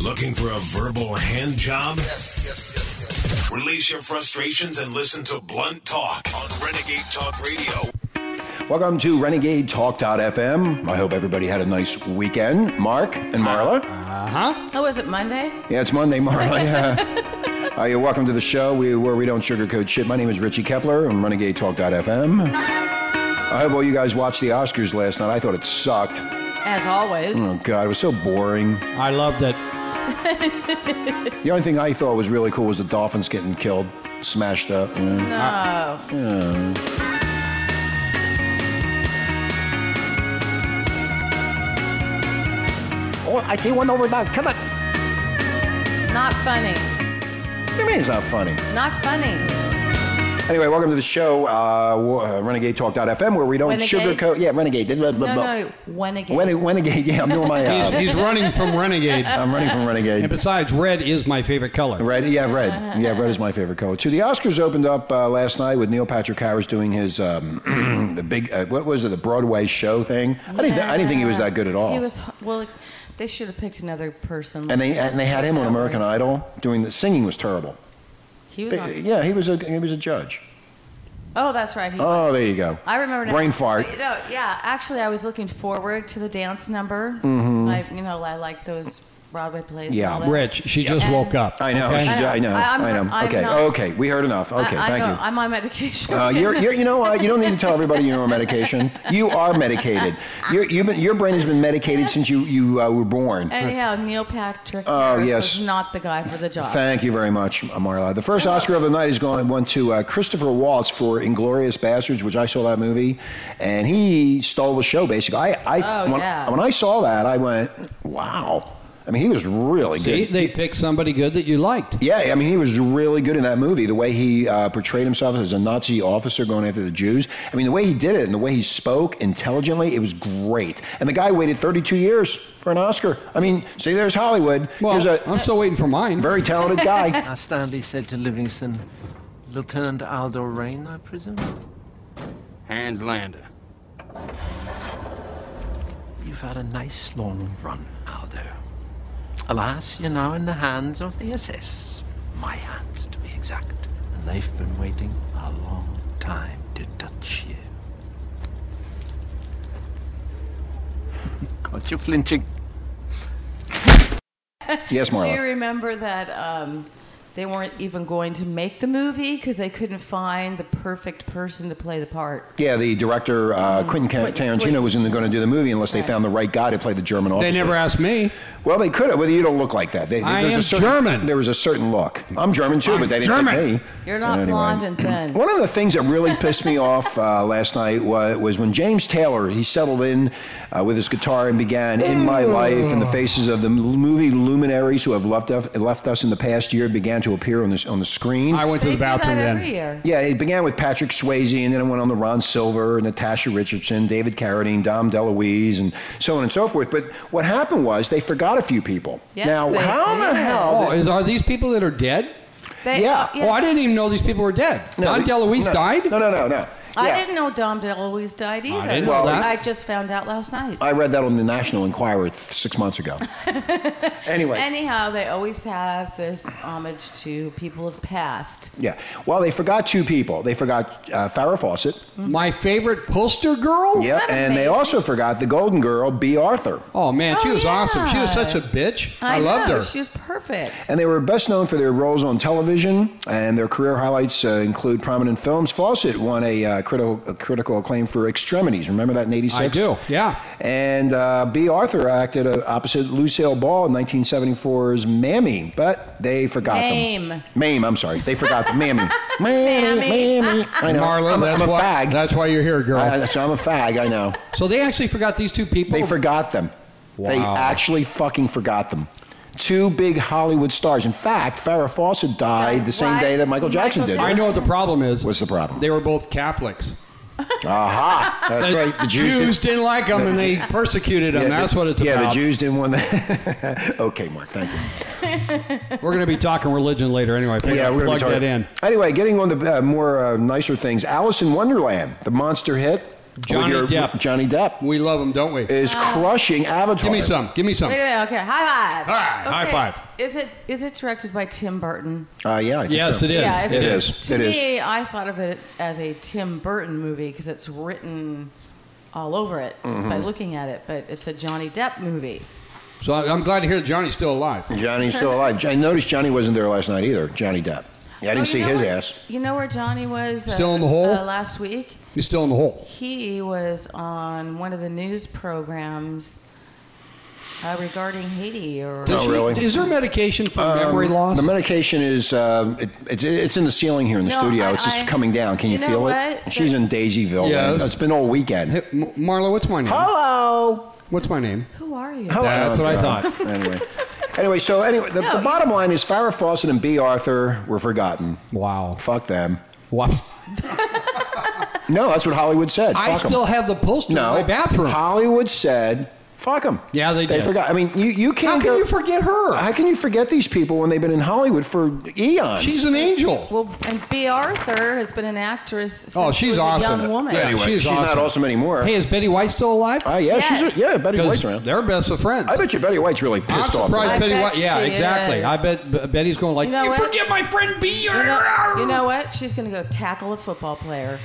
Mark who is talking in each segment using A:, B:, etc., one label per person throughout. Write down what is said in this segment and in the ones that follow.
A: Looking for a verbal hand job?
B: Yes, yes, yes, yes.
A: Release your frustrations and listen to Blunt Talk on Renegade Talk Radio.
C: Welcome to Renegade Talk.fm. I hope everybody had a nice weekend. Mark and Marla.
D: Oh, is it Monday?
C: Yeah, it's Monday, Marla. Yeah. Uh, you're welcome to the show we, where we don't sugarcoat shit. My name is Richie Kepler. I'm Renegade Talk.fm. I hope all you guys watched the Oscars last night. I thought it sucked.
D: As always.
C: Oh, God, it was so boring.
E: I loved it.
C: The only thing I thought was really cool was the dolphins getting killed, smashed up. you know.
D: Oh.
C: Oh, I see one over there. Come on.
D: Not funny.
C: What do you mean it's not funny?
D: Not funny.
C: Anyway, welcome to the show, uh, w- uh, renegadetalk.fm, where we don't
D: Renegade?
C: sugarcoat. Yeah, renegade. Blah, blah,
D: No,
C: blah.
D: no, when again?
C: Ren- renegade. Yeah, I'm doing my.
E: He's,
C: Uh,
E: he's running from Renegade.
C: I'm running from renegade.
E: Um, And besides, red is my favorite color.
C: Red, yeah,
D: Uh-huh.
C: red. Yeah, red is my favorite color too. The Oscars opened up uh, last night with Neil Patrick Harris doing his um, the big uh, what was it the Broadway show thing. I didn't th- I didn't think he was that good at all.
D: He was well. They should have picked another person.
C: and they and they had him on American Idol doing the singing was terrible.
D: He was.
C: They-
D: on-
C: yeah, he was a he was a judge.
D: oh, that's right. He was.
C: Oh, there you go.
D: I remember now.
C: Brain fart.
D: You know, yeah, actually, I was looking forward to the dance number. I, you know, I like those Broadway plays. and
C: Mm-hmm. Yeah,
D: all that.
E: Rich, she just woke up.
C: I know.
E: okay?
C: she's- I know.
D: I- I'm-
C: I know.
D: I'm
C: okay.
D: not-
C: okay. We heard enough. Okay.
D: I, I
C: thank
D: know,
C: you.
D: I'm on medication.
C: Uh, you're, you're, you know what? You don't need to tell everybody you're on medication. You are medicated. You're, you've been, your brain has been medicated since you, you uh, were born.
D: Anyhow, Neil Patrick
C: Oh,
D: Harris
C: yes.
D: was not the guy for the job.
C: Thank you very much, Marla. The first Oscar of the night is going went to uh, Christopher Waltz for *Inglorious Bastards*, which I saw that movie, and he stole the show. Basically, I, I
D: Oh,
C: when,
D: yeah.
C: when I saw that, I went, "Wow!" I mean, he was really
E: See,
C: good.
E: they picked somebody good that you liked.
C: Yeah, I mean, he was really good in that movie. The way he uh, portrayed himself as a Nazi officer going after the Jews. I mean, the way he did it and the way he spoke intelligently, it was great. And the guy waited 32 years for an Oscar. I mean, see, there's Hollywood. Here's
E: Well, i
C: a
E: I'm still waiting for mine.
C: very talented guy.
F: Now Stanley said to Livingston, Lieutenant Aldo Rain, I presume?
G: Hans Lander.
F: You've had a nice long run, Aldo. Alas, you're now in the hands of the SS. My hands, to be exact. And they've been waiting a long time to touch you. Got you flinching.
C: Yes,
D: Do you
C: Marla.
D: remember that um, they weren't even going to make the movie because they couldn't find the perfect person to play the part?
C: Yeah, the director uh, Quentin Ca- Tarantino
D: Quentin- Quentin.
C: wasn't going to do the movie unless they found the right guy to play the German officer.
E: They never asked me.
C: Well, they could have. Well, you don't look like that. They,
E: I
C: there's a
E: am
C: certain,
E: German.
C: There was a certain look. I'm German too, but they didn't pick
E: German.
C: me.
D: You're not
C: Anyway.
D: blonde and thin.
C: One of the things that really pissed me off uh, last night was, was when James Taylor he settled in uh, with his guitar and began "In My Life" and the faces of the movie luminaries who have left us, left us in the past year began to appear on this on the screen.
E: I went to
D: They
E: the
D: do that
E: bathroom then.
D: every year.
C: Yeah, it began with Patrick Swayze, and then it went on to Ron Silver, Natasha Richardson, David Carradine, Dom DeLuise, and so on and so forth. But what happened was they forgot a few people.
D: Yes,
C: now,
D: they
C: how the
D: did.
C: hell?
E: Oh, is, are these people that are dead?
D: They, uh,
C: Yeah.
D: yes.
E: Oh, I didn't even know these people were dead. Don
C: they-
E: DeLuise
C: no,
E: died?
C: No, no, no, no.
D: I
C: Yeah.
D: didn't know Dom DeLuise died either.
E: didn't know Well, that.
D: I just found out last night.
C: I read that on the National Enquirer th- six months ago. anyway.
D: Anyhow, they always have this homage to people of past.
C: yeah. Well, they forgot two people. They forgot uh, Farrah Fawcett.
E: My favorite poster girl?
C: Yep.
D: that
C: And they
D: amazing?
C: also forgot the Golden Girl, B. Arthur.
E: Oh, man, she
D: Oh,
E: was awesome. She was
D: yeah.
E: such a bitch. I, loved
D: know,
E: her.
D: She was perfect.
C: And they were best known for their roles on television, and their career highlights uh, include prominent films. Fawcett won a, uh, critical, a critical acclaim for Extremities. Remember that in 86?
E: I do, yeah.
C: And uh, B. Arthur acted uh, opposite Lucille Ball in 1974's Mammy, but they forgot them.
D: Mame.
C: Mame, I'm sorry. They forgot the Mammy. Mammy,
D: Mammy.
C: Mammy. I know.
E: Marla,
C: I'm, a-
E: that's,
C: I'm a
E: why,
C: fag.
E: that's why you're here, girl.
C: I- so I'm a fag, I know.
E: so they actually forgot these two people.
C: They forgot them. They
E: Wow.
C: actually fucking forgot them. Two big Hollywood stars. In fact, Farrah Fawcett died the same
D: Right.
C: day that Michael Jackson
D: Michael
C: did.
E: I know what the problem is.
C: What's the problem?
E: They were both Catholics.
C: Aha! That's right. The Jews,
E: Jews
C: did.
E: didn't like them and they persecuted them. That's what it's
C: yeah,
E: about.
C: the Jews didn't want that. okay, Mark. Thank you.
E: We're going to be talking religion later anyway. I figured I'd
C: we're gonna
E: plug
C: be
E: that
C: talking-
E: in.
C: Anyway, getting on to uh, more uh, nicer things. Alice in Wonderland, the monster hit.
E: Johnny
C: with your,
E: Depp.
C: Johnny Depp
E: We love him, don't we?
C: is crushing Avatar.
E: Give me some. Give me some.
D: Wait a minute. Okay, high five.
E: High- high
D: Okay.
E: five.
D: Is it is it directed by Tim Burton?
C: Uh, yeah. I think
E: Yes,
C: so.
E: it is.
D: Yeah,
E: it
C: It
E: is.
C: is.
D: To
C: It is.
D: me, I thought of it as a Tim Burton movie because it's written all over it just
C: Mm-hmm.
D: by looking at it. But it's a Johnny Depp movie.
E: So I- I'm glad to hear that Johnny's still alive.
C: Johnny's still alive. I noticed Johnny wasn't there last night either. Johnny Depp. Yeah, I didn't
D: Oh, you
C: see
D: know
C: his
D: where-
C: ass.
D: You know where Johnny was? uh,
E: Still in the hole?
D: uh, last week.
E: He's still in the hole.
D: He was on one of the news programs uh, regarding Haiti or.
E: Does he-
C: really?
E: Is there medication for
C: Um,
E: memory loss?
C: The medication is um, it, it's it's in the ceiling here in the
D: No,
C: studio.
D: I-
C: it's just
D: I-
C: coming down. Can you,
D: you know
C: feel it?
D: what?
C: She's in Daisyville. man.
E: Yes.
C: It's been all weekend.
E: Hey, M- Marla, what's my name?
C: Hello.
E: What's my name?
D: Who are you?
C: Hello.
E: That's what I
C: God.
E: thought.
C: anyway. Anyway, so anyway, the, the
D: you-
C: bottom line is Farrah Fawcett and B. Arthur were forgotten.
E: Wow.
C: Fuck them.
E: Wow.
C: No, that's what Hollywood said.
E: I
C: Fuck 'em.
E: still have the poster
C: no.
E: in my bathroom. How,
C: Hollywood said, "Fuck them."
E: Yeah, they
C: They
E: did.
C: forgot. I mean, you, you can't
E: can
C: go.
E: you forget her?
C: how can you forget these people when they've been in Hollywood for eons?
E: She's an angel.
D: Well, and B. Arthur has been an actress. Since
E: Oh,
D: she
E: she's
D: was
E: awesome.
D: A young woman.
E: Yeah,
C: anyway,
E: she's
C: she's not
E: awesome.
C: awesome anymore.
E: Hey, is Betty White still alive?
C: Ah, yeah, she's
D: Yes.
C: a, yeah. Betty White's
E: Because
C: around.
E: they're best of friends.
C: I bet you Betty White's really
E: I'm
C: pissed off.
E: surprised
D: I
E: Betty
D: bet
E: White. Yeah,
D: she
E: exactly.
D: is.
E: I bet B- Betty's going like,
D: You know what?
E: forget my friend B.
D: You know, you know what? She's going to go tackle a football player.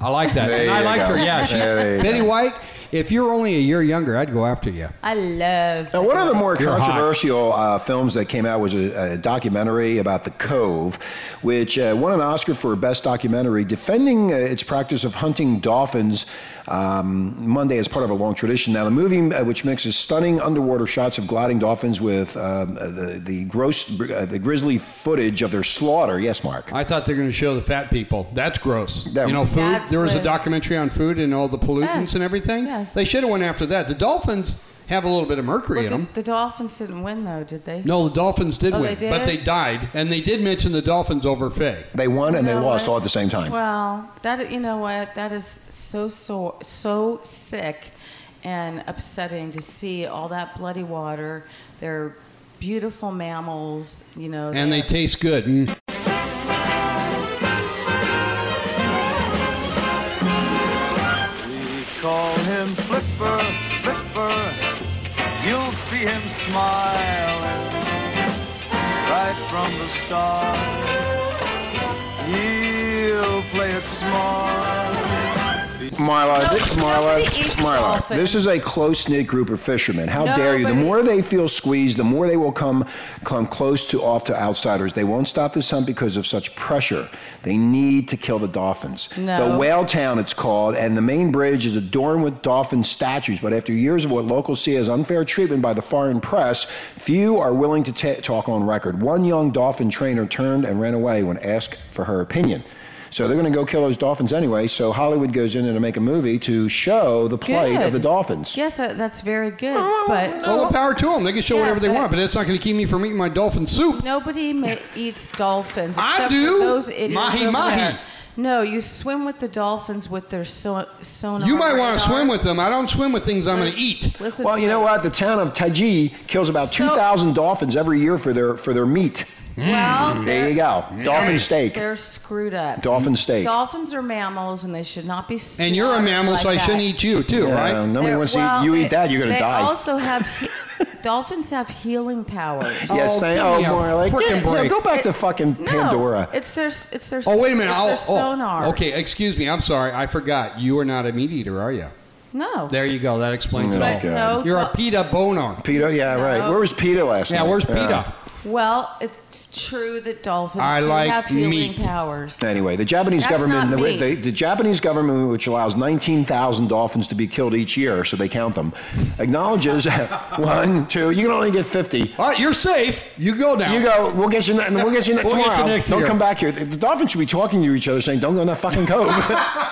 E: I like that.
C: There
E: And I
C: you
E: liked
C: go.
E: her. Yeah, she,
C: There you
E: Betty
C: go.
E: White. If you're only a year younger, I'd go after you.
D: I love.
C: Now, one of the more
E: You're hot.
C: controversial uh, films that came out was a, a documentary about the Cove, which uh, won an Oscar for Best Documentary, defending uh, its practice of hunting dolphins um, Monday as part of a long tradition. Now, the movie, uh, which mixes stunning underwater shots of gliding dolphins with um, uh, the, the gross, uh, the grisly footage of their slaughter. Yes, Mark.
E: I thought they were going to show the fat people. That's gross.
C: That-
E: you know, food.
D: That's
E: there was a
D: what-
E: documentary on food and all the pollutants
D: Yes,
E: and everything.
D: yes.
E: They should have went after that. The dolphins have a little bit of mercury
D: Well,
E: in
D: the,
E: them.
D: the Dolphins didn't win though, did they?
E: No, the dolphins did
D: Oh,
E: win,
D: they
E: but
D: did?
E: they died, and they did mention the dolphins over Faye.
C: They won and
D: You
C: they
D: know
C: lost
D: what?
C: all at the same time.
D: Well, that you know what? That is so so so sick and upsetting to see all that bloody water. They're beautiful mammals, you know.
E: and they
D: they're-
E: taste good. Mm.
B: We call him Flipper, Flipper. You'll see him smiling right from the start. He'll play it smart.
C: Marla,
D: No,
C: thi- Marla,
D: nobody eats
C: Marla.
D: dolphins.
C: This is a close knit group of fishermen. How dare you? The
D: Nobody-
C: more they feel squeezed, the more they will come come close to off to outsiders. They won't stop this hunt because of such pressure. They need to kill the dolphins.
D: No.
C: The whale town, it's called, and the main bridge is adorned with dolphin statues. But after years of what locals see as unfair treatment by the foreign press, few are willing to ta talk on record. One young dolphin trainer turned and ran away when asked for her opinion. So they're going to go kill those dolphins anyway. So Hollywood goes in there to make a movie to show the plight of
D: Good.
C: the dolphins.
D: Yes, that, that's very good, but
E: All the power to them. They can show
D: Yeah,
E: whatever they
D: but-
E: want, but it's not going to keep me from eating my dolphin soup.
D: oh, Nobody ma- eats dolphins.
E: I
D: except for
E: do.
D: Those idiots
E: Mahi
D: over
E: mahi.
D: there. No, you swim with the dolphins with their so- sonar.
E: You might
D: radar.
E: want to swim with them. I don't swim with things I'm going to eat.
D: Listen
C: Well,
D: to
C: you know
D: me.
C: what? The town of Taiji kills about
D: So- Mm.
C: 2,000 dolphins every year for their for their meat.
D: Well,
C: There you
D: they're-
C: go. Dolphin steak.
D: They're screwed up.
C: Dolphin steak.
D: Dolphins are mammals, and they should not be. slaughtered
E: And you're a mammal,
D: like
E: so I shouldn't
D: that.
E: eat you too,
C: Yeah,
E: right?
C: Nobody
D: They're-
C: wants to
D: well,
C: eat. You
D: they-
C: eat that, you're going to
D: they
C: die.
D: also have he- dolphins have healing powers.
C: yes,
E: Oh,
C: thank
E: give
C: oh,
E: me a
C: more like
E: frickin'
C: yeah, yeah,
E: break.
C: go back to
D: It-
C: fucking
D: no,
C: Pandora.
D: It's their it's their.
E: Oh wait a minute.
D: It's
E: I'll,
D: their
E: oh,
D: sonar.
E: okay. Excuse me. I'm sorry. I forgot. You are not a meat eater, are you?
D: No.
C: Oh,
E: There you go. That explains
C: No.
E: it
D: But
E: all.
D: no,
E: You're a
D: do-
E: pita bonar.
C: Peter, yeah, right.
D: No.
C: Where was Peter last
E: Yeah.
C: night?
E: Where's pita?
D: Well, it's true that dolphins
E: I
D: do
E: like
D: have healing
E: meat.
D: powers.
C: Anyway, the Japanese
D: That's
C: government,
D: not
C: the,
D: me.
C: the, the Japanese government, which allows 19,000 dolphins to be killed each year, so they count them, acknowledges one, two. You can only get 50.
E: All right. You're safe. You go now.
C: You go. We'll get you. ne- We'll get you ne-
E: We'll get you
C: tomorrow.
E: next
C: don't
E: year.
C: come back here. The dolphins should be talking to each other, saying, "Don't go in that fucking cove.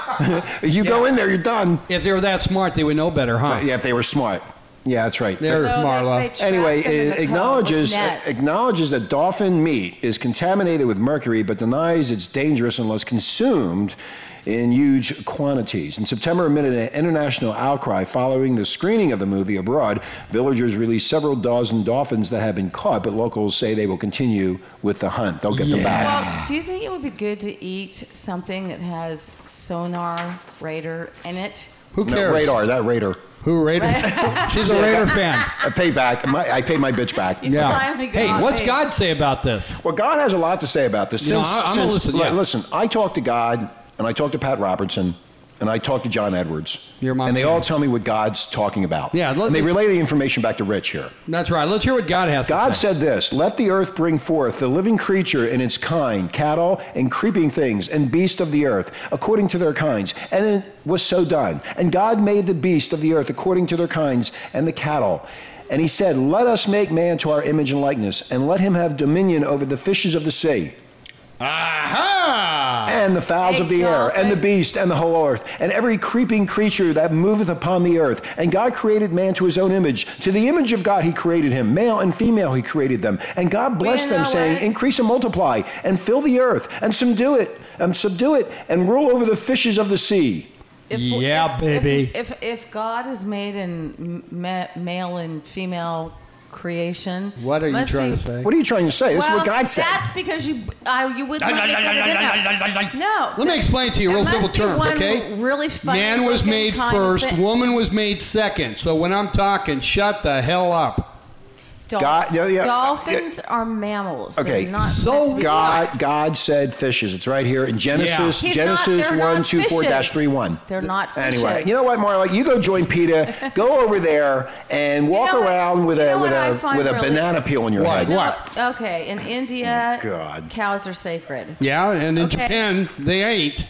C: you go in there, you're done."
E: If they were that smart, they would know better, huh?
C: Yeah, if they were smart. Yeah, that's right.
E: There,
D: No, they-
E: Marla.
D: they trap
C: anyway,
D: them in
C: it
D: the
C: acknowledges
D: cove with nets.
C: acknowledges that dolphin meat is contaminated with mercury, but denies it's dangerous unless consumed in huge quantities. In September, amid an international outcry following the screening of the movie abroad, villagers released several dozen dolphins that have been caught, but locals say they will continue with the hunt. They'll get them back.
D: Well, do you think it would be good to eat something that has sonar radar in it?
E: Who cares?
C: radar, that radar.
E: Who Raider? She's a Raider fan.
C: I pay back. My, I pay my bitch back.
E: Yeah.
D: Finally got
E: Hey, what's
D: me.
E: God say about this?
C: Well, God has a lot to say about this.
E: You know,
C: Since-
E: I- I'm
C: since-
E: gonna listen,
C: li-
E: yeah.
C: listen, I talk to God, and I talk to Pat Robertson, and I talk to John Edwards.
E: You're my
C: and they
E: man.
C: all tell me what God's talking about.
E: Yeah, let-
C: and they relay the information back to Rich here.
E: That's right. Let's hear what God has.
C: God
E: to say.
C: said this Let the earth bring forth the living creature in its kind, cattle and creeping things, and beast of the earth, according to their kinds. And it was so done. And God made the beast of the earth according to their kinds, and the cattle. And he said, Let us make man to our image and likeness, and let him have dominion over the fishes of the sea,
E: "Aha!"
C: and the fowls of the air, and the beast, and the whole earth, and every creeping creature that moveth upon the earth. And God created man to his own image. To the image of God he created him. Male and female he created them. And God blessed
D: you
C: them,
D: know
C: saying,
D: what?
C: Increase and multiply, and fill the earth, and subdue it, and subdue it, and rule over the fishes of the sea.
D: If-
E: Yeah,
D: if-
E: baby.
D: If, if if God is made in ma- male and female creation,
E: What are you
D: must
E: trying
D: be-
E: to say?
C: What are you trying to say? This is
D: Well,
C: what God said.
D: That's because you uh, you would let me put it in there. No.
E: Let me explain to you
D: It
E: real
D: must
E: simple
D: be
E: terms,
D: one
E: okay?
D: Really funny.
E: Man was
D: looking
E: made
D: kind of
E: first,
D: thing.
E: woman was made second. So when I'm talking, shut the hell up.
D: Dol-
C: God- yeah, yeah.
D: Dolphins are mammals. They're
C: Okay,
D: not
E: so
D: meant to be
C: God,
D: loved.
C: God said fishes. It's right here in Genesis,
D: He's
C: Genesis
D: not- they're
C: one
D: not
C: two four dash
D: fishes.
C: three one.
D: They're not fishes.
C: Anyway, you know what, Marla? You go join PETA. Go over there and walk
D: know what-
C: around with
D: you
C: a
D: know
C: with
D: what I
C: a
D: find
C: with a
D: really-
C: banana peel in your
E: What?
C: head.
D: No,
E: What?
D: Okay, in India,
C: Oh, God.
D: cows are sacred.
E: Yeah, and in
D: Okay.
E: Japan, they ain't.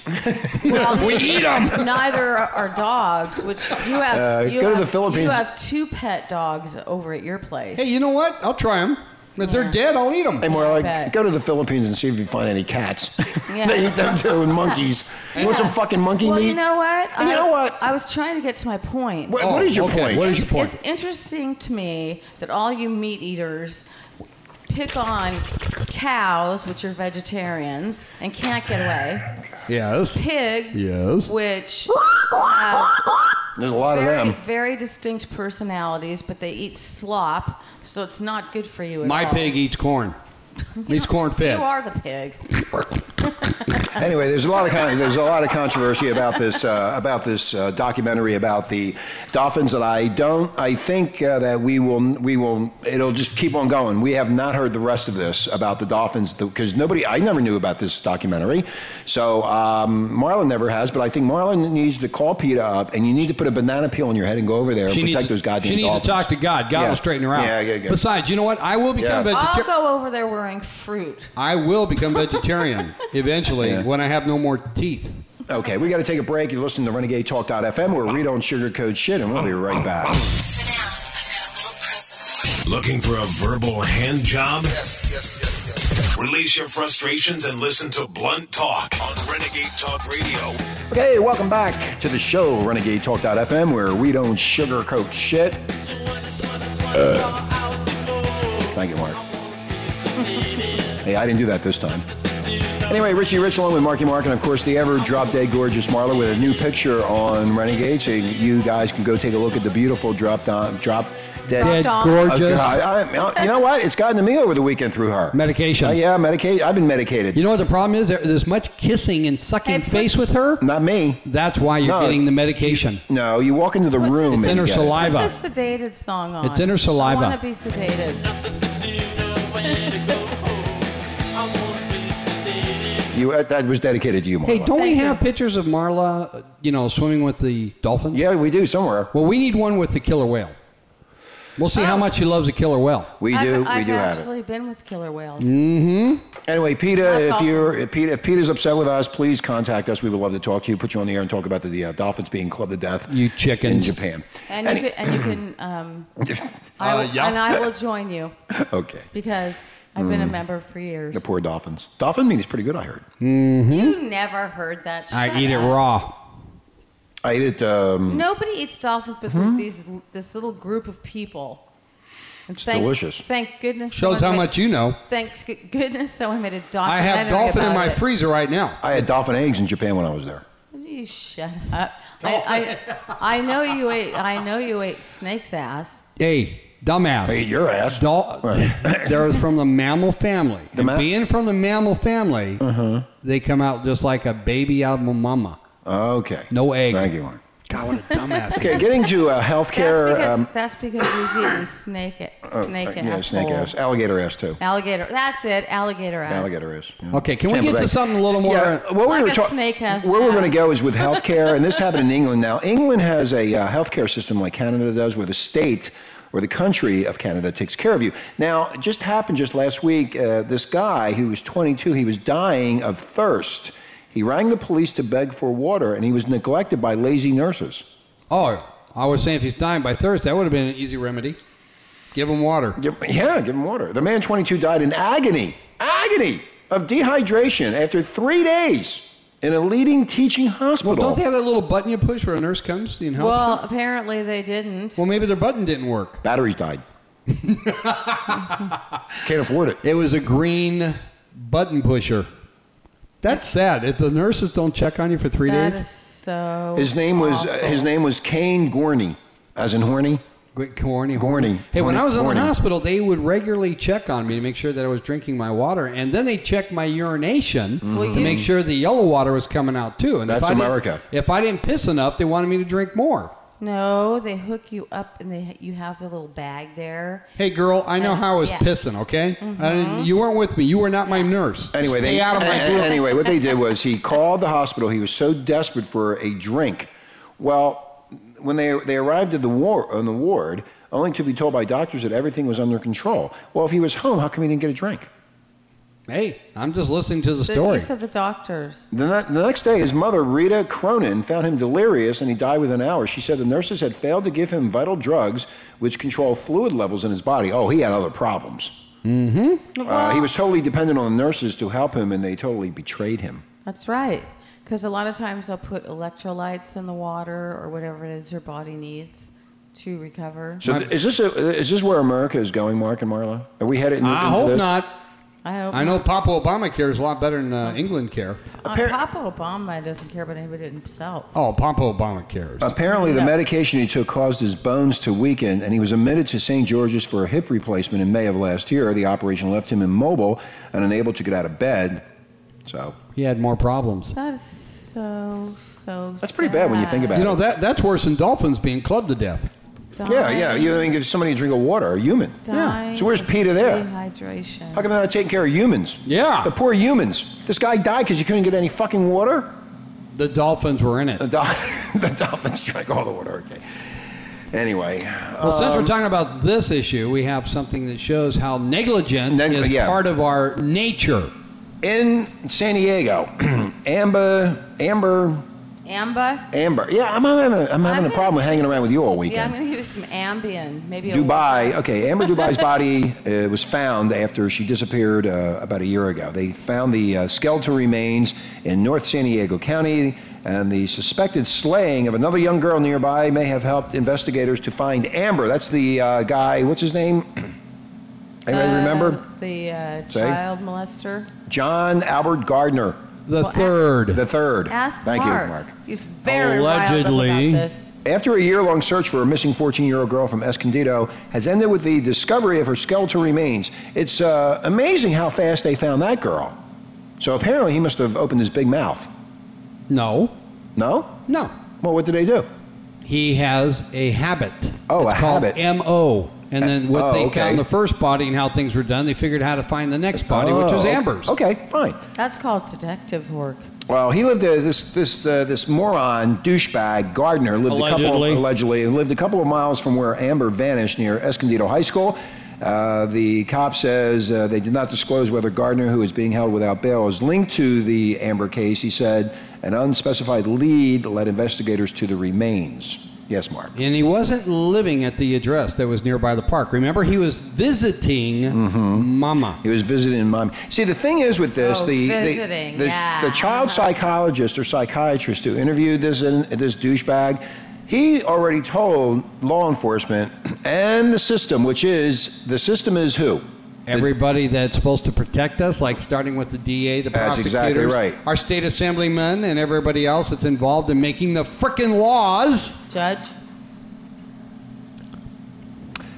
D: Well,
E: we eat them.
D: Neither are dogs, which you have.
C: Uh,
D: you
C: go to
D: have-
C: the Philippines.
D: You have two pet dogs over at your place.
E: Hey, you know what? I'll try them. If they're
D: Yeah.
E: dead, I'll eat them.
C: Hey, Marla,
D: bet.
C: go to the Philippines and see if you find any cats.
D: Yeah.
C: they eat them too, and monkeys. You want some fucking monkey
D: well,
C: meat?
D: you know what?
C: And you know what?
D: I was trying to get to my point.
C: What- what is your
E: Oh, okay.
C: point?
E: What is your point?
D: It's interesting to me that all you meat eaters pick on cows, which are vegetarians and can't get away,
E: yes.
D: pigs,
E: Yes.
D: which have
C: There's a lot of
D: very,
C: them.
D: very distinct personalities, but they eat slop, so it's not good for you at
E: My
D: all.
E: pig eats corn. He's corn fed.
D: You are the pig.
C: Anyway, there's a lot of con- there's a lot of controversy about this uh, about this uh, documentary about the dolphins that I don't I think uh, that we will we will it'll just keep on going. We have not heard the rest of this about the dolphins because nobody I never knew about this documentary, so um, Marlon never has. But I think Marlon needs to call PETA up and you need to put a banana peel on your head and go over there
E: She
C: and protect
E: needs,
C: those goddamn
E: she needs
C: dolphins.
E: to talk to God. God
C: Yeah.
E: will straighten her out.
C: Yeah, yeah, yeah.
E: Besides, you know what? I will
C: Yeah.
E: become vegetarian.
D: I'll go over there wearing fruit.
E: I will become vegetarian eventually
C: Yeah.
E: when I have no more teeth.
C: Okay, we got to take a break. You listen to Renegade Talk.fm where we don't sugarcoat shit, and we'll be right back.
H: Sit down. I've got a little present for you.
A: Looking for a verbal hand job?
I: Yes, yes, yes, yes, yes.
A: Release your frustrations and listen to Blunt Talk on Renegade Talk Radio.
C: Okay, welcome back to the show, Renegade Talk.fm, where we don't sugarcoat shit. Uh, Thank you, Mark. hey, I didn't do that this time. Anyway, Richie Rich along with Marky Mark, and of course the ever drop dead gorgeous Marla with a new picture on Renegade, so you guys can go take a look at the beautiful drop down, drop dead.
D: Dead Dog.
E: gorgeous.
C: I- I- you know what? It's gotten to me over the weekend through her.
E: Medication.
C: Uh, yeah, medicated. I've been medicated.
E: You know what the problem is? There- There's much kissing and
D: Hey,
E: sucking
D: put-
E: face with her.
C: Not me.
E: That's why you're
C: No.
E: getting the medication.
C: No, you walk into the room.
E: It's
C: and
E: in her
C: you get it.
D: Put
E: saliva.
D: this sedated song on.
E: It's in her saliva.
D: I want to be sedated.
C: You uh, that was dedicated to you, Marla.
E: Hey, don't we
D: Thank
E: have
D: you.
E: pictures of Marla, uh, you know, swimming with the dolphins?
C: Yeah, we do somewhere.
E: Well, we need one with the killer whale. We'll see
D: Oh.
E: how much she loves a killer whale.
C: We do.
D: I've,
C: we do
D: I've
C: have it.
D: actually been with killer whales.
E: Mm.
C: Anyway,
D: Not
C: PETA, if
D: dolphins.
C: you're if PETA, if PETA's upset with us, please contact us. We would love to talk to you. Put you on the air and talk about the uh, dolphins being clubbed to death.
E: You chickens.
C: in Japan.
D: And you can, and you can um, I
E: Uh,
D: will,
E: yeah.
D: and I will join you
C: Okay.
D: because I've
E: Mm.
D: been a member for years.
C: The poor dolphins. Dolphin meat is pretty good, I heard.
D: You never heard that. Shut
E: I eat it
D: up.
E: raw.
C: I ate it. Um,
D: Nobody eats dolphins, but
E: Hmm?
D: there's these this little group of people. And
C: It's delicious.
D: Thank goodness.
E: Shows
D: someone
E: how
D: made-
E: much you know.
D: Thanks g- goodness someone made a
E: I
D: documentary.
E: have dolphin in
D: about
E: my
D: it.
E: freezer right now.
C: I had dolphin eggs in Japan when I was there.
D: You shut up. I, I, I know you ate. I know you ate snake's ass.
E: Hey, dumbass.
C: I ate your ass.
E: Dol-
C: Right.
E: they're from the mammal family.
C: The
E: And
C: ma- Uh-huh.
E: being from the mammal family, they come out just like a baby out of a mama.
C: Okay.
E: No egg.
C: Thank you, Mark.
E: God, what a dumbass.
C: Okay, getting to uh, healthcare.
D: That's because,
C: um,
D: that's because he's eating snake, a-
C: uh,
D: snake
C: yeah,
D: ass.
C: snake
D: hole.
C: ass, alligator ass too.
D: Alligator. That's it. Alligator ass.
C: Alligator ass. yeah.
E: Okay, can we
C: Tampa
E: get to
C: Bay.
E: something a little more- uh,
C: Yeah, what
D: Like
C: we were
D: a
C: talk-
D: snake has
C: where we're going to
D: ass.
C: go is with healthcare, and this happened in England. Now, England has a uh, healthcare system like Canada does, where the state or the country of Canada takes care of you. Now, it just happened just last week. Uh, this guy who was 22, he was dying of thirst. He rang the police to beg for water, and he was neglected by lazy nurses.
E: Oh, I was saying if he's dying by Thursday, that would have been an easy remedy. Give him water.
C: Give- Yeah, give him water. The man 22 died in agony, agony of dehydration after three days in a leading teaching hospital.
E: Well, don't they have that little button you push where a nurse comes and helps?
D: Well, apparently they didn't.
E: well, maybe their button didn't work.
C: Batteries died. Can't afford it.
E: It was a green button pusher. That's sad. If the nurses don't check on you for three
D: That is
E: days,
D: so.
C: His name was uh,
D: awful.
C: his name was Kane Gorney, as in horny.
E: Great corny,
C: Gorny.
E: Hey, when
C: Gorny,
E: I was in
C: gorny.
E: the hospital, they would regularly check on me to make sure that I was drinking my water, and then they checked my urination
D: Well,
E: to
D: you-
E: make sure the yellow water was coming out too. And if
C: That's
E: I didn't-
C: America.
E: If I didn't piss enough, they wanted me to drink more.
D: No, they hook you up and they you have the little bag there.
E: Hey, girl, I know
D: Uh,
E: how I was
D: yeah. Mm-hmm.
E: pissing. Okay, I didn't- you weren't with me. You were not my nurse.
C: Anyway,
E: stay
C: they,
E: out of my
C: a- a-
E: group.
C: anyway, what they did was he called the hospital. He was so desperate for a drink. Well, when they they arrived at the war on the ward, only to be told by doctors that everything was under control. Well, if he was home, how come he didn't get a drink?
E: Hey, I'm just listening to the
D: The
E: story.
D: use of the doctors.
C: The, ne- the next day, his mother, Rita Cronin, found him delirious and he died within hours. She said the nurses had failed to give him vital drugs, which control fluid levels in his body. Oh, he had other problems. Mm-hmm. Uh, he was totally dependent on the nurses to help him, and they totally betrayed him.
D: That's right. Because a lot of times they'll put electrolytes in the water or whatever it is your body needs to recover.
C: So, th- is this a, is this where America is going, Mark and Marla? Are we headed? In,
E: I
C: into
E: hope
C: this?
E: not.
D: I hope.
E: I know Papa Obamacare is a lot better than uh, England care.
D: Uh,
C: Appar-
D: Papa Obama doesn't care about anybody himself.
E: Oh, Papa Obamacare. is-
C: Apparently, the
D: No.
C: medication he took caused his bones to weaken, and he was admitted to St. George's for a hip replacement in May of last year. The operation left him immobile and unable to get out of bed. So
E: He had more problems.
D: That is so so.
C: That's pretty bad when you think about
E: You know that that's worse than dolphins being clubbed to death.
D: Dying,
C: Yeah, yeah. You know, I mean, give somebody a drink of water, a human.
D: Dying
C: So where's
D: of
C: Peter there?
D: Dehydration.
C: How come they're not taking care of humans?
E: Yeah.
C: The poor humans. This guy died because he couldn't get any fucking water?
E: The dolphins were in it.
C: The, dol- the dolphins drank all the water. Okay. Anyway.
E: Well, since
C: Um,
E: we're talking about this issue, we have something that shows how negligence
C: Neg-
E: is
C: yeah.
E: part of our nature.
C: In San Diego, Amber, Amber,
D: Amba.
C: Amber. Yeah, I'm having a, I'm having a
D: gonna-
C: problem hanging around with you all weekend.
D: Yeah, I'm gonna use some Ambien. Maybe a-
C: Dubai. Okay, Amber Dubai's body uh, was found after she disappeared uh, about a year ago. They found the uh, skeletal remains in North San Diego County, and the suspected slaying of another young girl nearby may have helped investigators to find Amber. That's the uh, guy. What's his name? Anybody remember?
D: the uh,
C: Say?
D: child molester.
C: John Albert Gardner
E: The
D: Well,
E: third.
C: the third.
D: Ask
C: Thank
D: Mark.
C: you, Mark.
D: He's very
E: Allegedly.
D: Allegedly. about this.
C: After a year long search for a missing 14 year old girl from Escondido has ended with the discovery of her skeletal remains, it's uh, amazing how fast they found that girl. So apparently he must have opened his big mouth.
E: no,
C: No?
E: no.
C: Well, what did they do?
E: He has a habit.
C: Oh,
E: it's
C: a
E: called
C: habit.
E: M.O. And then what
C: Oh,
E: they
C: okay.
E: found the first body and how things were done, they figured how to find the next body, which
C: Oh,
E: was
C: okay.
E: Amber's.
C: Okay, fine.
D: That's called detective work.
C: Well, he lived a, this this uh, this moron douchebag Gardner lived a couple
E: Allegedly.
C: allegedly and lived a couple of miles from where Amber vanished near Escondido High School. Uh, the cop says uh, they did not disclose whether Gardner, who is being held without bail, is linked to the Amber case. He said an unspecified lead led investigators to the remains. Yes, Mark.
E: And he wasn't living at the address that was nearby the park. Remember, he was visiting
C: Mm-hmm.
E: Mama.
C: He was visiting mom. See, the thing is with this,
D: Oh,
C: the, the-
D: visiting,
C: the,
D: yeah.
C: the child psychologist or psychiatrist who interviewed this this douchebag, he already told law enforcement and the system, which is the system is who.
E: Everybody that's supposed to protect us, like starting with the DA, the
C: That's exactly
E: prosecutors,
C: right.
E: our state assemblymen, and everybody else that's involved in making the frickin' laws.
D: Judge.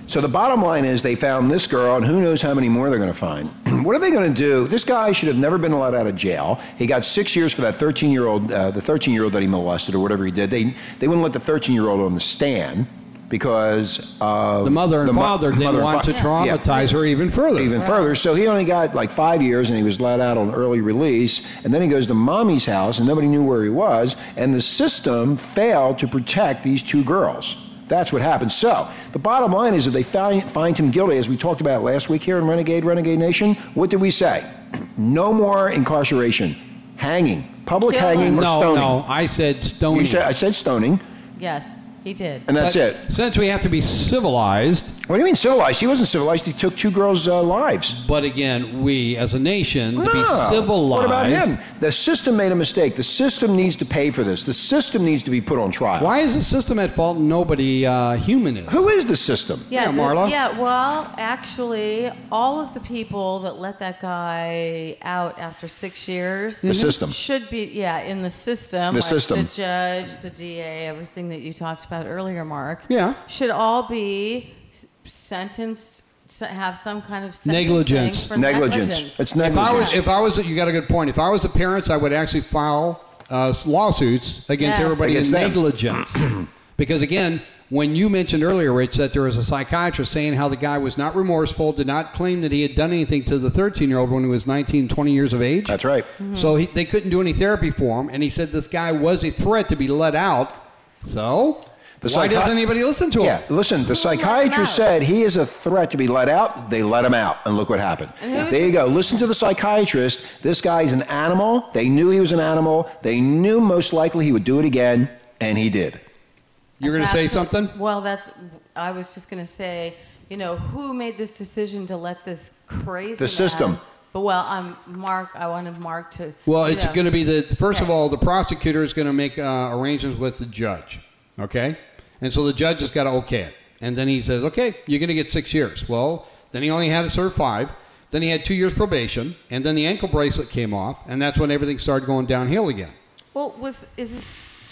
C: So the bottom line is they found this girl, and who knows how many more they're going to find. what are they going to do? This guy should have never been let out of jail. He got six years for that 13 year old, uh, the 13 year old that he molested or whatever he did. They, they wouldn't let the 13 year old on the stand because of
E: The mother and
C: Oh, mo-
E: father didn't
C: mother and
E: want
C: fa-
E: to traumatize her even further.
C: even further. So he only got like five years, and he was let out on early release. And then he goes to mommy's house, and nobody knew where he was. And the system failed to protect these two girls. That's what happened. So the bottom line is that they find, find him guilty, as we talked about last week here in Renegade Renegade Nation. What did we say? No more incarceration, hanging, public
D: Killing.
C: hanging or
E: no,
C: stoning.
E: no, I said
C: You
E: stoning.
C: said, I said stoning,
D: Yes, he did.
C: and that's
E: But
C: it.
E: Since we have to be civilized,
C: What do you mean civilized? He wasn't civilized. He took two girls' uh, lives.
E: but again, we as a nation to be
C: No.
E: civilized.
C: What about him? The system made a mistake. The system needs to pay for this. The system needs to be put on trial.
E: Why is the system at fault? and Nobody uh, human is.
C: Who is the system?
E: Yeah,
D: the-
E: Marla.
D: Yeah, well, actually, all of the people that let that guy out after six years.
C: The system.
D: Should be, yeah, in the system.
C: The
D: like
C: system.
D: The judge, the DA, everything that you talked about earlier, Mark.
E: Yeah.
D: Should all be s- sentenced, s- have some kind of sentencing
E: Negligence.
D: for
C: negligence.
D: negligence.
C: It's
E: If I
C: negligence.
E: was, if I was, you got a good point. If I was the parents, I would actually file uh, lawsuits against
D: Yes.
E: everybody
C: Against
E: in
C: them.
E: negligence, because again, when you mentioned earlier, Rich, that there was a psychiatrist saying how the guy was not remorseful, did not claim that he had done anything to the 13-year-old when he was 19, 20 years of age.
C: That's right.
E: So he, they couldn't do any therapy for him, and he said this guy was a threat to be let out. So
C: The
E: why
C: psychi-
E: doesn't anybody listen to him?
C: Yeah, listen, the
D: let him
C: psychiatrist
D: out?
C: said he is a threat to be let out. They let him out, and look what happened. There you go. Listen to the psychiatrist. This guy's an animal. They knew he was an animal. They knew most likely he would do it again, and he did.
E: You're going to
D: That's
E: say
D: absolute-
E: something?
D: Well, that's. I was just going to say, you know, who made this decision to let this crazy
C: The system.
D: man- But well, I'm Mark. I wanted Mark to.
E: Well,
D: you
E: it's
D: know,
E: going to be the first of
D: Yeah.
E: all, the prosecutor is going to make uh, arrangements with the judge, okay? And so the judge has got to okay it, and then he says, okay, you're going to get six years. Well, then he only had to serve five. Then he had two years probation, and then the ankle bracelet came off, and that's when everything started going downhill again.
D: Well, was is this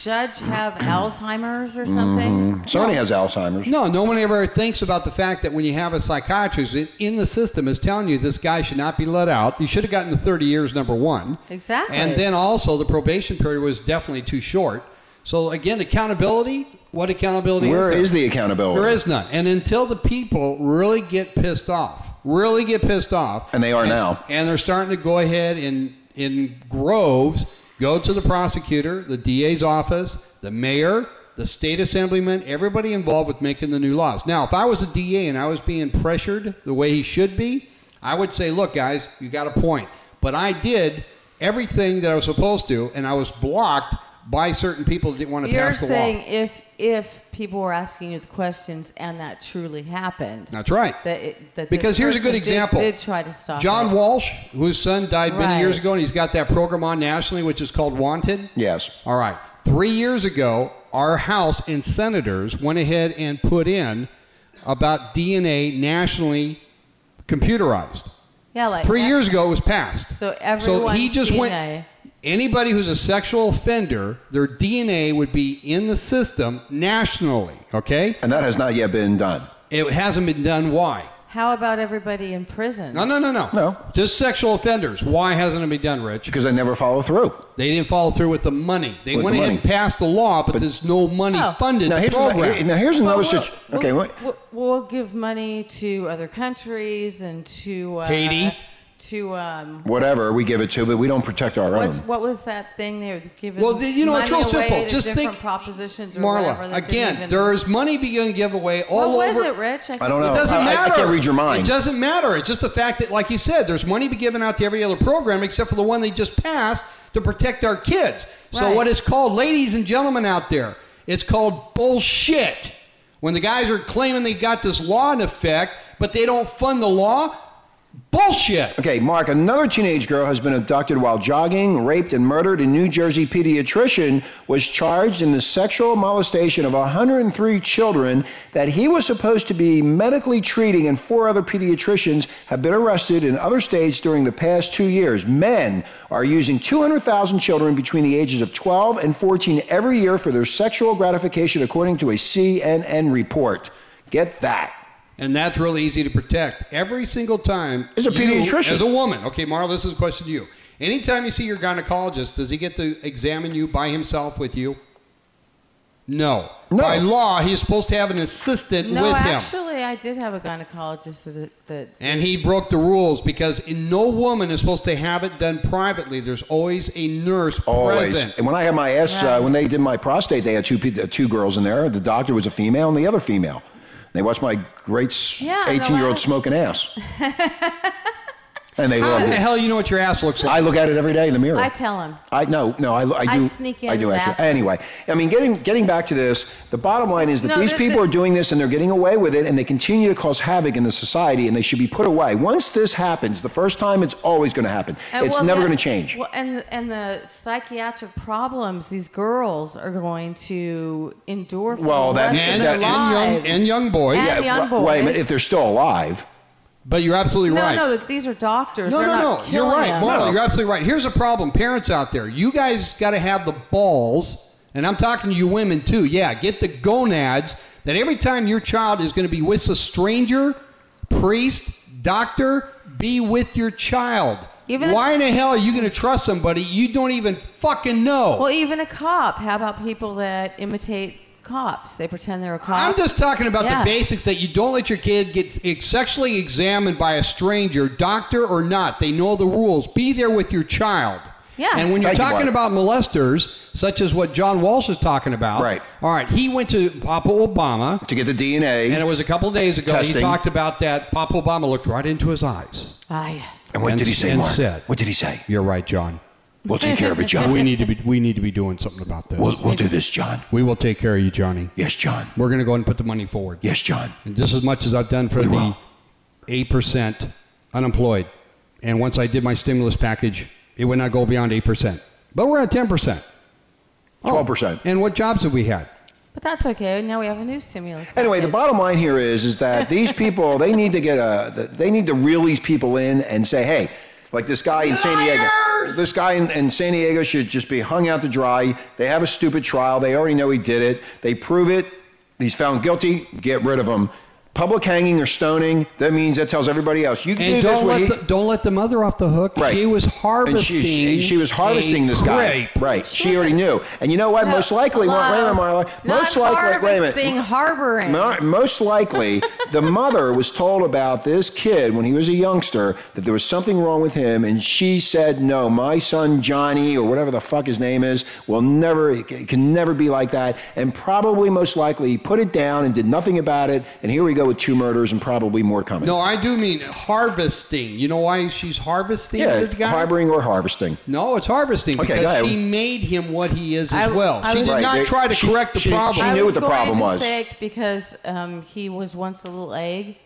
D: judge have Alzheimer's or something?
C: Sony has Alzheimer's.
E: No, no one ever thinks about the fact that when you have a psychiatrist in- in the system is telling you this guy should not be let out. You should have gotten the 30 years, number one.
D: Exactly.
E: And then also the probation period was definitely too short. So again, accountability. What accountability
C: Where
E: is
C: is
E: there?
C: the accountability?
E: There is none. And until the people really get pissed off, really get pissed off,
C: And they are now.
E: and they're starting to go ahead and in groves go to the prosecutor, the DA's office, the mayor, the state assemblyman, everybody involved with making the new laws. Now, if I was a DA and I was being pressured the way he should be, I would say, "Look, guys, you got a point." But I did everything that I was supposed to, and I was blocked by certain people that didn't want to
D: You're
E: pass the
D: saying
E: law.
D: if if people were asking you the questions and that truly happened,
E: That's right.
D: that it, that this
E: Because here's a
D: person
E: good
D: did-
E: example.
D: Did, try to stop
E: John
D: it.
E: Walsh, whose son died many
D: Right.
E: years ago, and he's got that program on nationally, which is called Wanted.
C: Yes.
E: All right. Three years ago, our House and senators went ahead and put in about DNA nationally computerized.
D: Yeah, like
E: Three
D: that-
E: years ago, it was passed.
D: So everyone's
E: he just went.
D: DNA.
E: Anybody who's a sexual offender, their DNA would be in the system nationally. Okay,
C: And that has not yet been done.
E: it hasn't been done. Why?
D: How about everybody in prison?
E: No, no, no, no.
C: No.
E: Just sexual offenders. Why hasn't it been done, Rich?
C: Because they never follow through.
E: They didn't follow through with the money. They
C: With
E: went
C: the
E: ahead
C: money.
E: and passed the law, but,
C: But-
E: there's no money
D: Oh.
E: funded
C: Now
E: the
C: here's,
E: program.
C: another, now here's another
D: Well, we'll-
C: situation. Okay,
D: we'll,
C: what?
D: We'll, we'll give money to other countries and to uh,
E: Haiti.
D: To um,
C: whatever we give it to, but we don't protect our
D: what's,
C: own.
D: what was that thing they were giving?
E: Well, the- you know,
D: money
E: it's real
D: away
E: simple.
D: to
E: Just
D: different
E: think,
D: propositions or whatever.
E: Marla,
D: that didn't
E: again,
D: even-
E: there is money being given away all
D: what
E: over.
D: was it, Rich?
C: I don't
E: It
C: know.
E: doesn't
C: I- I- I
E: matter.
C: can't read your mind.
E: It doesn't matter. It's just the fact that, like you said, there's money be given out to every other program except for the one they just passed to protect our kids. So
D: Right.
E: what it's called, ladies and gentlemen out there, it's called bullshit. When the guys are claiming they got this law in effect, but they don't fund the law, bullshit.
C: Okay, Mark, another teenage girl has been abducted while jogging, raped, and murdered. A New Jersey pediatrician was charged in the sexual molestation of 103 children that he was supposed to be medically treating, and four other pediatricians have been arrested in other states during the past two years. Men are using 200,000 children between the ages of 12 and 14 every year for their sexual gratification, according to a CNN report. Get that.
E: And that's really easy to protect. Every single time.
C: As a
E: you-
C: pediatrician.
E: As a woman. Okay, Marla, this is a question to you. Anytime you see your gynecologist, does he get to examine you by himself with you? No.
C: No.
E: By law, he's supposed to have an assistant
D: No,
E: with him.
D: actually, I did have a gynecologist that, that
E: And he broke the rules because in- no woman is supposed to have it done privately. There's always a nurse
C: Always.
E: present.
C: And when I had my ass,
D: Yeah.
C: uh, when they did my prostate, they had two pe- uh, two girls in there. The doctor was a female and the other female. They watched my great
D: Yeah, and the
C: eighteen year old
D: last-
C: smoking ass, and they
E: How
C: loved
E: the
C: it.
E: hell you know what your ass looks like?
C: I look at it every day in the mirror.
D: I tell him.
C: I no no I, I
D: I
C: do
D: sneak
C: I
D: in
C: do actually
D: after.
C: anyway I mean getting getting back to this the bottom line is that
D: No,
C: these
D: this-
C: people
D: this-
C: are doing this and they're getting away with it and they continue to cause havoc in the society and they should be put away once this happens the first time it's always going to happen
D: And
C: it's
D: well,
C: never
D: the-
C: going to change
D: Well, and and the psychiatric problems these girls are going to endure for
C: Well,
D: the
C: that-
D: rest
E: and,
D: of their
E: and young,
D: lives.
E: and young boys.
D: And-
C: Yeah,
D: young
C: wa- wait a
D: boys.
C: minute if they're still alive
E: But you're absolutely
D: no,
E: right.
D: no, that these are doctors.
E: No,
D: They're
E: no,
D: not
E: no. You're
D: killing
E: right,
D: them.
E: Marla.
C: No.
E: You're absolutely right. Here's a problem, parents out there. You guys got to have the balls, and I'm talking to you women too. Yeah, get the gonads that every time your child is going to be with a stranger, priest, doctor, be with your child.
D: Even if-
E: Why in the hell are you going to trust somebody you don't even fucking know?
D: Well, even a cop. How about people that imitate cops? They pretend they're a cop.
E: I'm just talking about
D: Yeah.
E: the basics that you don't let your kid get ex- sexually examined by a stranger, doctor or not. They know the rules. Be there with your child.
D: Yeah.
E: And when you're
C: Thank you,
E: talking
C: Mark.
E: about molesters, such as what John Walsh is talking about.
C: Right.
E: All right. He went to Papa Obama,
C: to get the DNA
E: and it
C: and,
E: was a couple days ago. He
C: Testing.
E: talked about that. Papa Obama looked right into his eyes.
D: ah, yes.
C: what
E: and-
C: did he say
E: and
C: Mark
E: said-
C: what did he say
E: You're right, John.
C: we'll take care of it
E: We
C: John
E: need to be. We need to be doing something about this.
C: we'll, we'll do this John
E: we will take care of you, Johnny.
C: yes John
E: We're going to go and put the money forward.
C: yes John
E: And just as much as I've done for
C: We
E: the
C: will.
E: eight percent unemployed, and once I did my stimulus package, it would not go beyond eight percent. But we're at ten percent. Oh.
C: 12%.
E: And what jobs have we had?
D: But that's okay. Now we have a new stimulus.
C: Anyway, the
D: package.
C: bottom line here is is that these people they need to get a they need to reel these people in and say, hey, like this guy in San Diego, this guy in, in San Diego should just be hung out to dry. They have a stupid trial. They already know he did it. They prove it. He's found guilty. Get rid of him. Public hanging or stoning. That means that tells everybody else you can
E: And
C: do this.
E: don't
C: with
E: let
C: he-
E: the, don't let the mother off the hook.
C: Right.
E: She was
C: And
E: harvesting.
C: she, she, she was harvesting
E: a
C: this guy.
E: grape.
C: Right. She already knew. And you know what?
D: No,
C: most likely, wait a minute, Marla.
D: hello. Not
C: Most likely, wait a minute.
D: harvesting, harboring.
C: Mo- Most likely, the mother was told about this kid when he was a youngster that there was something wrong with him, and she said, "No, my son Johnny, or whatever the fuck his name is, will never can never be like that." And probably, most likely, he put it down and did nothing about it. And here we go with two murders and probably more coming.
E: No, I do mean harvesting. You know why she's harvesting
C: yeah,
E: the guy?
C: harboring or harvesting.
E: no, it's harvesting
C: Okay, go
E: because
C: ahead.
E: she made him what he is
D: I-
E: as well.
D: I
E: she
D: was-
E: did
C: Right,
E: not
C: they-
E: try to
C: she-
E: correct the
C: she- she
E: problem.
C: knew what the
D: going
C: problem
D: to
C: was.
D: say because um, he was once a little egg.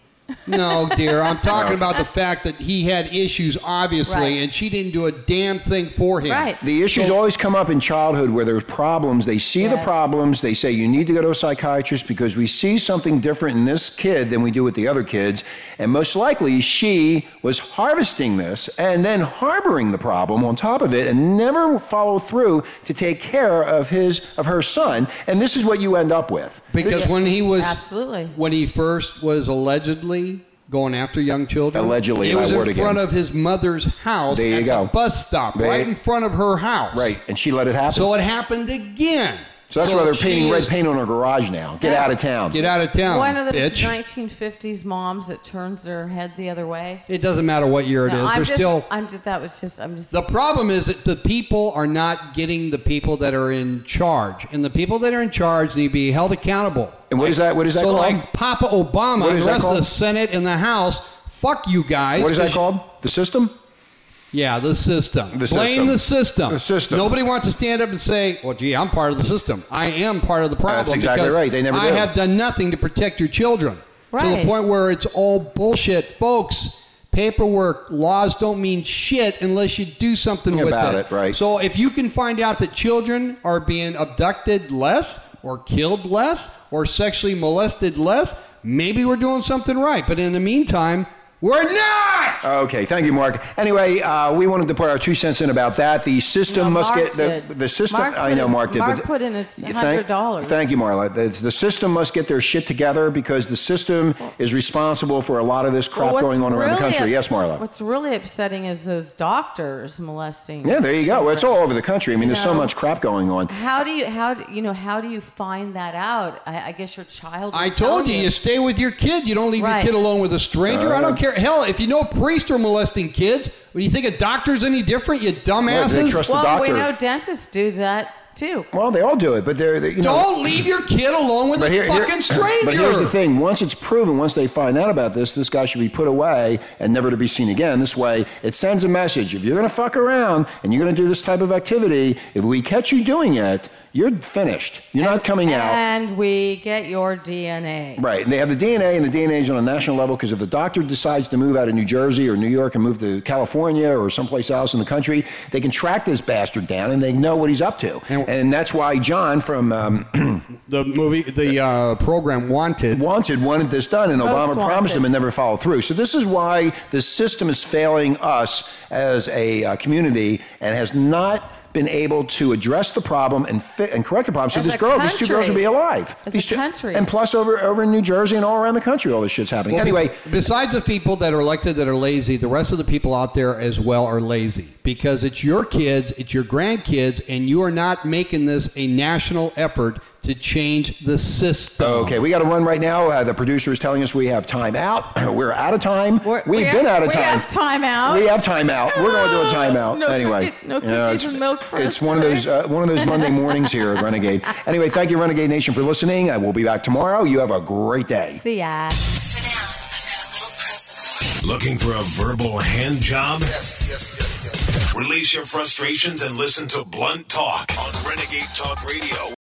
E: No, dear. I'm talking about the fact that he had issues, obviously,
D: Right.
E: and she didn't do a damn thing for him.
D: Right.
C: The issues always come up in childhood where there's problems. They see the
D: Yes.
C: problems. They say you need to go to a psychiatrist because we see something different in this kid than we do with the other kids. And most likely, she was harvesting this and then harboring the problem on top of it, and never followed through to take care of his of her son. And this is what you end up with.
E: Because when he was
D: Absolutely.
E: when he first was allegedly going after young children,
C: Allegedly,
E: it
C: and I
E: was
C: word
E: in
C: again.
E: front of his mother's house
C: There you
E: at
C: go.
E: the bus stop,
C: There-
E: right in front of her house.
C: Right, and she let it happen.
E: So
C: So,
E: it happened again.
C: that's why they're painting
E: she
C: red
E: is-
C: paint on her garage now. Get out of town.
E: Get out of town,
D: One of those
E: bitch.
D: 1950s moms that turns their head the other way.
E: It doesn't matter what year it
D: No,
E: is.
D: I'm
E: They're
D: just,
E: still
D: I'm just. That was just. I'm just.
E: The problem is that the people are not getting the people that are in charge, and the people that are in charge need to be held accountable.
C: And what is that? What is that
E: so,
C: called?
E: like Papa Obama,
C: What
E: and
C: is
E: the
C: that
E: rest of the
C: called?
E: Senate and the House, fuck you guys.
C: What is that
E: 'cause-
C: called? The system?
E: Yeah, the system.
C: The system.
E: Blame the system.
C: The system.
E: Nobody wants to stand up and say, "Well, gee, I'm part of the system. I am part of the problem."
C: That's exactly
E: because
C: right. They never
E: I
C: do.
E: have done nothing to protect your children to the
D: Right.
E: point where it's all bullshit, folks. Paperwork laws don't mean shit unless you do something with
C: About
E: it.
C: it, right.
E: So if you can find out that children are being abducted less, or killed less, or sexually molested less, maybe we're doing something right. But in the meantime, we're not.
C: Okay, thank you, Mark. Anyway, uh, we wanted to put our two cents in about that. The system
D: No,
C: must get
D: Mark
C: the,
D: did.
C: the system.
D: Mark
C: I
D: put
C: know
D: in-
C: Mark did.
D: Mark
C: but
D: put in his
C: Thank-
D: $100.
C: Thank you, Marla. The, the system must get their shit together because the system is responsible for a lot of this crap
D: Well, what's
C: going on around the
D: really
C: country.
D: up-
C: yes, Marla.
D: What's really upsetting is those doctors molesting.
C: Yeah, there you go. Well, it's all over the country. I mean,
D: You
C: there's so
D: know.
C: much crap going on.
D: How do you how do, you know how do you find that out? I, I guess your child. will
E: I
D: tell
E: told you, you stay with your kid. You don't leave
D: Right.
E: your kid alone with a stranger. I
C: Uh,
E: don't care. Hell, if you know priests are molesting kids, do you think a doctor's any different? You dumbasses.
C: they trust- the
D: well, we
C: doctor.
D: know dentists do that too.
C: Well, they all do it, but they're they, you know.
E: don't leave your kid alone with a fucking stranger.
C: But here's the thing: once it's proven, once they find out about this, this guy should be put away and never to be seen again. This way, it sends a message: if you're going to fuck around and you're going to do this type of activity, if we catch you doing it, you're finished. You're not coming out.
D: And we get your DNA.
C: Right, and they have the DNA, and the DNA is on a national level because if the doctor decides to move out of New Jersey or New York and move to California or someplace else in the country, they can track this bastard down and they know what he's up to. And,
E: And-
C: that's why John from um,
E: The movie, the uh, program Wanted.
C: wanted wanted this done, and
D: Most
C: Obama promised
D: wanted.
C: him and never followed through. So this is why the system is failing us as a uh, community and has not been able to address the problem and fi- and correct the problem. So
D: As
C: this
D: a
C: girl, these two
D: country.
C: girls would be alive.
D: As
C: these
D: a
C: two,
D: country.
C: and plus over over in New Jersey and all around the country, all this shit's happening.
E: Well,
C: anyway,
E: bes- besides the people that are elected that are lazy, the rest of the people out there as well are lazy because it's your kids, it's your grandkids, and you are not making this a national effort to change the system.
C: okay, we got to run right now. Uh, the producer is telling us we have time out. We're out of time.
D: We're-
C: We've
D: we
C: been out
D: have-
C: of
D: we
C: time.
D: have time out.
C: We have time out. We're going to do a timeout
D: No
C: anyway.
D: cookie- no
C: You know,
D: cookies
C: it's,
D: and milk for
C: It's
D: us
C: one of
D: today.
C: those uh, one of those Monday mornings here at Renegade. Anyway, thank you, Renegade Nation, for listening. I will be back tomorrow. You have a great day.
D: See ya.
H: Sit down. I've got a little present for you.
A: Looking for a verbal hand job?
I: Yes, yes, yes, yes, yes.
A: Release your frustrations and listen to Blunt Talk on Renegade Talk Radio